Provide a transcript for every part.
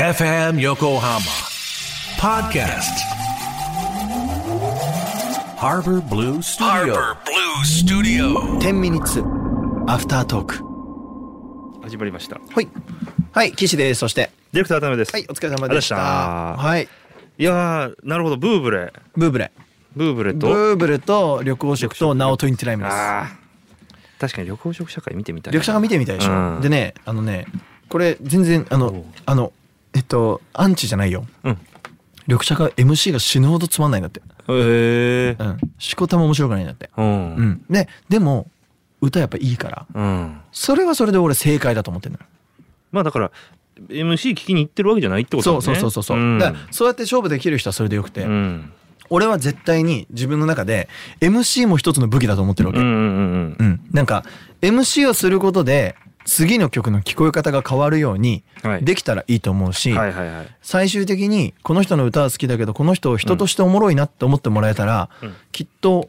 FM Yokohama Podcast Harbor Blue Studio Harbor Blue Studio. 10ミニッツアフタートーク始まりました。はいはい岸ですそしてディレクター渡辺です。はいお疲れ様でしたありがとうございまはいいやー、なるほど、ブーブレ、ブーブレブーブレブと。ーブレと緑黄色とナオトインティライムですあー確かに緑黄色社会見てみたいな。緑茶が見てみたいでしょ、うんでねあのねこれ全然あのあのえっとアンチじゃないようん。緑茶が MC が死ぬほどつまんないんだってへえう。んしこたま面白くないんだってうん。う。んででも歌やっぱいいからうん。それはそれで俺正解だと思ってんのよまあ、だから、MC 聞きに行ってるわけじゃないってことだそね。うそうそうそうそう、んだからそうやって勝負できる人はそれでよくて、うん。俺は絶対に自分の中で MC も一つの武器だと思ってるわうけ、んううんんうんなんか MC をすることで次の曲の聞こえ方が変わるようにはいできたらいいと思うし、うん。はいはいはい。最終的にこの人の歌は好きだけどこの人を人としておもろいなって思ってもらえたら、うんきっと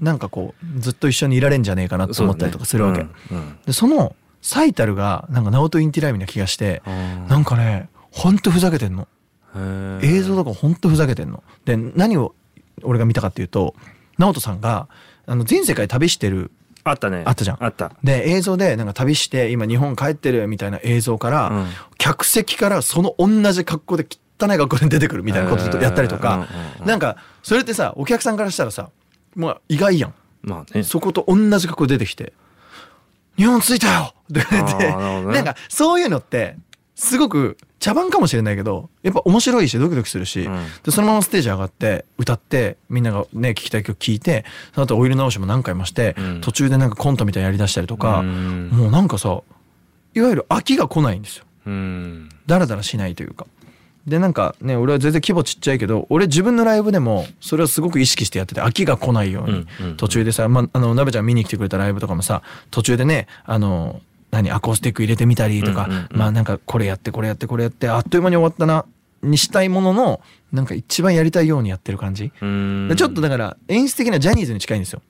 なんかこうずっと一緒にいられんじゃねえかなと思ったりとかするわけ。そうだねうんでその最たるがなんかナオトインティライミな気がして、うんなんかねほんとふざけてんの。うんへー映像とかほんとふざけてんの。で何を俺が見たかっていうと直人さんがあの全世界旅してるあったね。あったじゃんあった。で映像でなんか旅して今日本帰ってるみたいな映像から、うん客席からその同じ格好で汚い格好で出てくるみたいなこととやったりとかうんうんうん、うんなんかそれってさお客さんからしたらさまあ意外やんまあね。そこと同じ格好で出てきて「日本着いたよ!」って言っあてーなるほどねなんかそういうのってすごく茶番かもしれないけどやっぱ面白いしドキドキするし、うんでそのままステージ上がって歌ってみんながね聞きたい曲聴いてその後オイル直しも何回もして、うん途中でなんかコントみたいなのやりだしたりとか、うんもうなんかさいわゆる飽きが来ないんですようん。ダラダラしないというか。でなんかね俺は全然規模ちっちゃいけど俺自分のライブでもそれをすごく意識してやってて飽きが来ないように、うんうん途中でさ、ま、あの鍋ちゃん見に来てくれたライブとかもさ途中でねあの何アコースティック入れてみたりとか、うんうんうんまあなんかこれやってこれやってこれやってあっという間に終わったなにしたいもののなんか一番やりたいようにやってる感じ、うん。ちょっとだから演出的なジャニーズに近いんですよ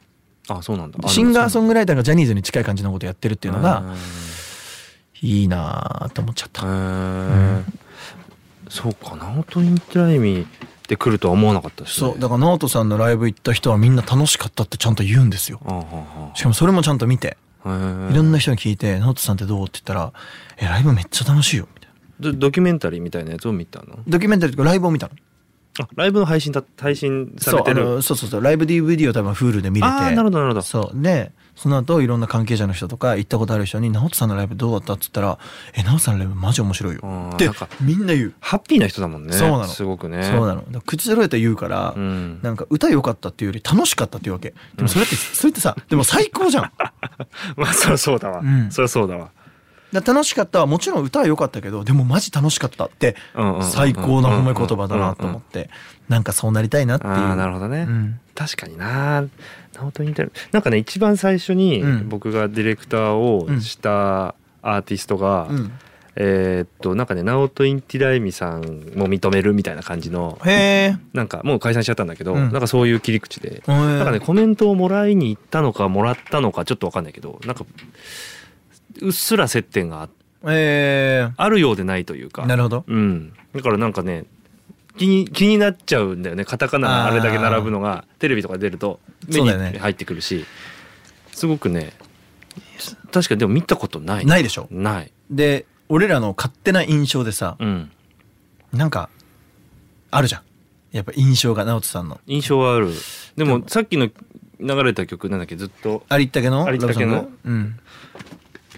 あ、そうなんだ。シンガーソングっングライターがジャニーズに近い感じのことやってるっていうのがいいなぁと思っちゃったへーそうかナオトインテライミで来るとは思わなかったですねそうだから直人さんのライブ行った人はみんな楽しかったってちゃんと言うんですよあああしかもそれもちゃんと見てあああいろんな人に聞いて「直人さんってどう?」って言ったら「えライブめっちゃ楽しいよ」みたいなドドキュメンタリーみたいなやつを見たのドキュメンタリーとかライブを見たのあライブの配信だ配信さそうれあてるのそうそうそうライブ DVD を多分 Hulu で見れてあーなるほどなるほどそうでその後いろんな関係者の人とか行ったことある人に「直人さんのライブどうだった?」っつったら「え直人さんのライブマジ面白いよあ」ーってなんかみんな言うハッピーな人だもんねそうなのすごくねそうなのだから口揃えて言うから、うんなんか歌良かったっていうより楽しかったっていうわけでもそれって、それってさでも最高じゃん まあそりゃそうだわ、うんそりゃそうだわだから楽しかったはもちろん歌は良かったけどでもマジ楽しかったってうんうんうん最高な褒め言葉だなと思ってなんかそうなりたいなっていうああなるほどね、うん確かになナオトインテライミなんかね一番最初にうん僕がディレクターをしたアーティストが、うんえーっとなんかねナオトインティライミさんも認めるみたいな感じのへえなんかもう解散しちゃったんだけど、うんなんかそういう切り口で、うんなんかねコメントをもらいに行ったのかもらったのかちょっとわかんないけどなんかうっすら接点があえあるようでないというえかなるほどうん、だからなんかね気に気になっちゃうんだよねカタカナがあれだけ並ぶのがテレビとか出ると目そうにだよね入ってくるし、すごくね確かにでも見たことないないでしょない、で俺らの勝手な印象でさうん、なんかあるじゃんやっぱ印象が直人さんの印象はあるでもさっきの流れた曲なんだっけずっとありったけのありったけのラブソングうん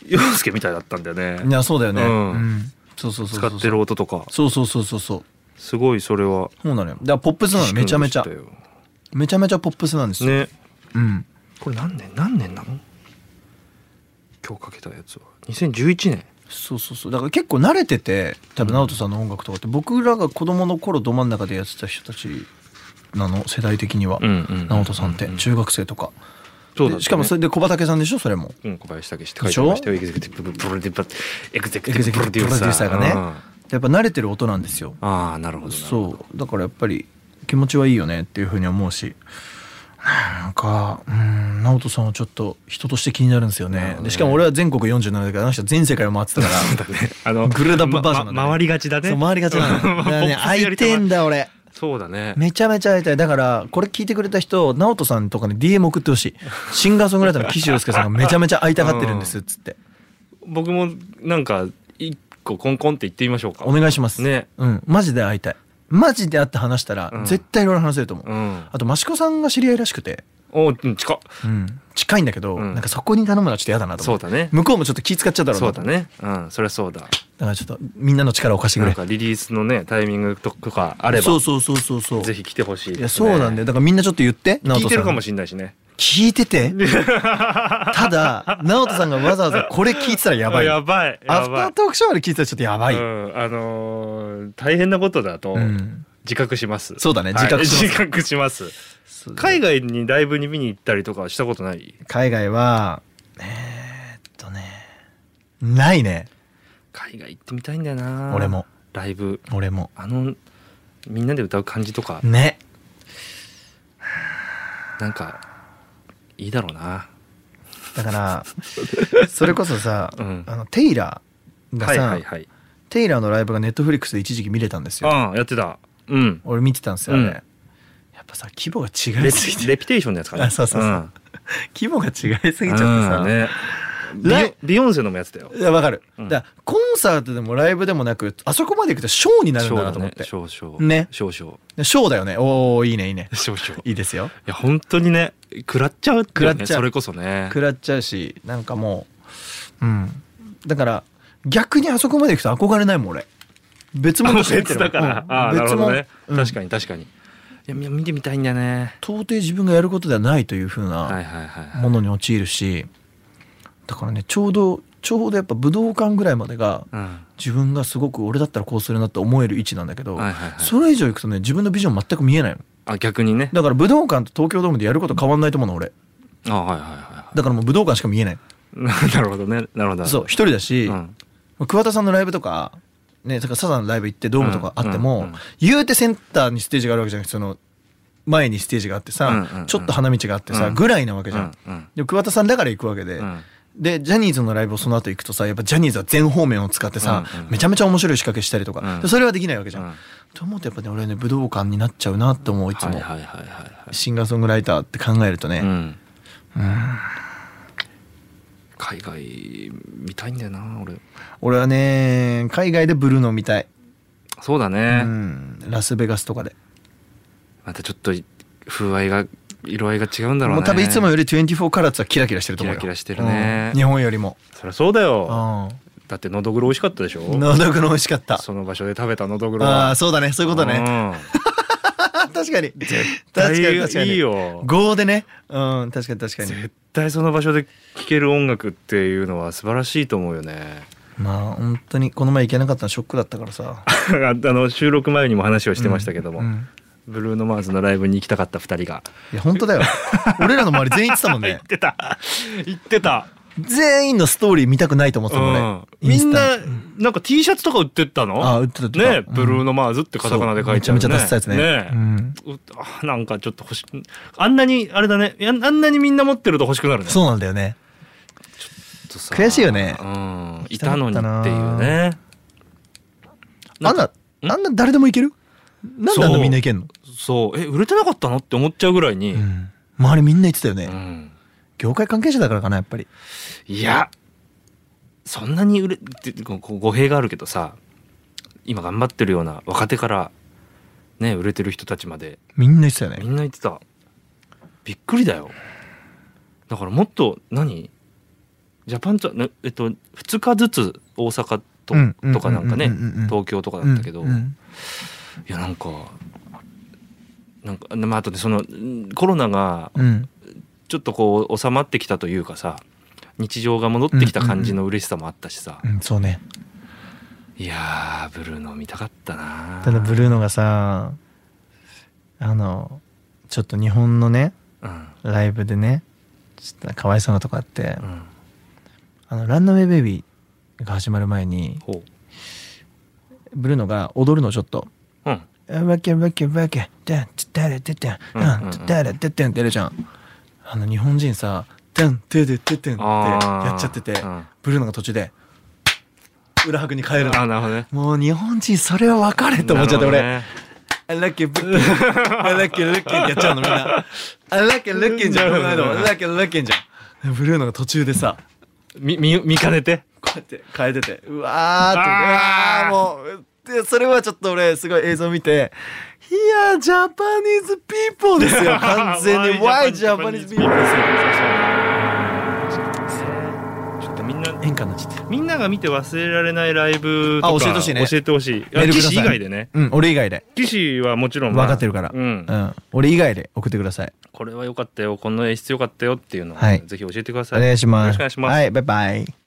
洋介みたいだったんだよねいやそうだよね、うんうんそうそうそう使そうってる音とかそうそうそうそうそうすごいそれはそうなのよだからポップスなのめちゃめちゃ知識になりましめちゃめちゃポップスなんですたよ、よねうんこれ何年何年なの今日かけたやつは2011年そうそうそうだから結構慣れてて多分直人さんの音楽とかって僕らが子供の頃ど真ん中でやってた人たちなの世代的には、うんうんうん直人さんって中学生とか、そうだでったねしかもそれで小畑さんでしょそれもうん、小林武史って書いてありましたよ。エグゼクティブプロデューサー。エグゼクティブプロデューサー。がね、うんやっぱ慣れてる音なんですよああ、なるほど。う。そうだからやっぱり気持ちはいいよねっていうふうに思うしなんかうん直人さんはちょっと人として気になるんですよねでしかも俺は全国47だからあの人は全世界を回ってたからあのグルーダップバージョンだねまま回りがち だねそう回りがち なのだからね会いてんだだ俺そうだねめちゃめちゃ会いたいだからこれ聞いてくれた人直人さんとかに DM 送ってほしいシンガーソングライターの岸洋介さんがめちゃめちゃ会いたがってるんですっつって僕もなんか一個コンコンって言ってみましょうかお願いしますねうんマジで会いたいマジで会って話したらうん絶対いろいろ話せると思う、うんあと益子さんが知り合いらしくて、おうん近っうん、近いんだけど、うんなんかそこに頼むのはちょっと嫌だなとそ思うってだね向こうもちょっと気使っちゃうだろうそなうとだねうんそりゃそうだだからちょっとみんなの力を貸してくなんれかリリースのねタイミングとかあればそうそうそうそうそうぜひ来てほしいですいねやそうなんだよだからみんなちょっと言って直聞い人てさるんかもしれないしね聞いて てただ直人さんがわざわざこれ聞いてたらやばいやばいアやフタばーいトークショーまで聞いてたらちょっとやばい、うんあのー大変なことだとうん自覚しますそうだねはい自覚します自覚します海外にライブに見に行ったりとかはしたことない海外はえーっとねないね海外行ってみたいんだよな俺もライブ俺もあのみんなで歌う感じとかねなんかいいだろうなだから それこそさ、うんあのテイラーがはいさ、はいはいテイラーのライブがネットフリックスで一時期見れたんですよああやってた うん俺見てたんですよあれ、うんやっぱさ規模が違レいすぎてレピテーションのやつかなあそうそうそうん規模が違いすぎちゃってうさ、んねビヨライビヨンセのもやってたよいやわかる、うんだからコンサートでもライブでもなくあそこまで行くとショーになるんだなと思ってショーショーねショーショーでショーだよねおおいいねいいねショーショーいいですよいや本当にね食らっちゃうっていう食らねっちゃうそれこそね食らっちゃうしなんかもううんだから逆にあそこまで行くと憧れないもん俺別物として見て 別るだからうんああなるほどねうん確かに確かにいやみ見てみたいんだよね到底自分がやることではないというふうはいなはいはいはいものに陥るしだからねちょうどちょうどやっぱ武道館ぐらいまでがうん自分がすごく俺だったらこうするなって思える位置なんだけど、はいはいはいそれ以上行くとね自分のビジョン全く見えないのあ逆にねだから武道館と東京ドームでやること変わんないと思うの俺あはいはいはだからもう武道館しか見えないいはい なるほどねなるほどそう一人だし、うん桑田さんのライブとかねだからサザンのライブ行ってドームとかあっても、うんうんうん言うてセンターにステージがあるわけじゃなくてその前にステージがあってさ、うんうんうんちょっと花道があってさ、うんぐらいなわけじゃん、うんうんで桑田さんだから行くわけで、うんでジャニーズのライブをその後行くとさやっぱジャニーズは全方面を使ってさ、うんうんめちゃめちゃ面白い仕掛けしたりとか、うんでそれはできないわけじゃん、うんと思うとやっぱね俺ね武道館になっちゃうなって思ういつも、はいはいはいはいはシンガーソングライターって考えるとね、いうん海外見たいんだよな俺俺はね海外でブルーノを見たい、そうだうねん、ラスベガスとかでまたちょっと風合いが色合いが違うんだろうもうね多分いつもより24カラッツはキラキラしてると思うよキラキラしてるねうん日本よりもそりゃそうだうよんだってのどぐろ美味しかったでしょのどぐろ美味しかったその場所で食べたのどぐろあはあそうだねそういうことねうんあ 確かに確かに確かにいいよ5でねうん確かに確かに絶対その場所で聴ける音楽っていうのは素晴らしいと思うよね まあ本当にこの前行けなかったのショックだったからさあの収録前にも話をしてましたけども、うんブルーノ・マーズのライブに行きたかった2人がいや本当だよ 俺らの周り全員行ってたもんね言ってた言ってた、全員のストーリー見たくないと思ってうたもんんね、みんななんか T シャツとか売ってったのあ売ってた売ってたねうんブルーノ・マーズってカタカナで書めいてある、ね、ちゃめちゃダサいやつねねうんうあなんかちょっと欲しいあんなにあれだねやあんなにみんな持ってると欲しくなるねそうなんだよね悔しいよねうん行きいたかたったなのにっていうねあんなあんな誰でも行けるなんであんなみんな行けんのそうえ売れてなかったのって思っちゃうぐらいに、うん周りみんな言ってたよね、うん業界関係者だからかなやっぱりいやそんなに売れってこう語弊があるけどさ今頑張ってるような若手からね売れてる人たちまでみんな言ってたよみねんな言ってたびっくりだよだからもっと何ジャパンツアーなえっと2日ずつ大阪と,、うんうんとかなんかねうんうんうんうん東京とかだったけど、うんうんいやなんかなんかまああとねそのんコロナがうんちょっとこう収まってきたというかさ日常が戻ってきた感じの嬉しさもあったしさ、うんそうねいやーブルーノ見たかったなただブルーノがさあのちょっと日本のねうんライブでねちょっとかわいそうなとこあってうん「あのランナウェイベイビー」が始まる前にほブルーノが踊るのちょっとううんわけわけわけてんつったれててんうんうんううんんつったれててんってやるじゃんあの日本人さてんてでててんってあーやっちゃっててうんブルーノが途中で裏拍に変えるあのなるほどねもう日本人それは分かれと思っちゃって俺なる「I like it, look it, I like it, look it」やっちゃうのみんな「I like it, look it」じゃん「なるほど I like it, look it」じゃんブルーノが途中でさほどねみ見見かねてこうやって変えててうわーあっーとうわーもうでそれはちょっと俺すごい映像見て「いやジャパニーズピーポー ですよ完全に Why ジャパニーズピーポーですよちょっとみんな演歌になっちゃってみんなが見て忘れられないライブとかあ教えてほしいね教えてほしいメールください岸以外でねうん俺以外で岸はもちろん、分かってるから、うん俺以外で送ってくださいこれは良かったよこの演出良かったよっていうのを、はいぜひ教えてくだおさい願いしますよろしくお願いします、はいバイバイ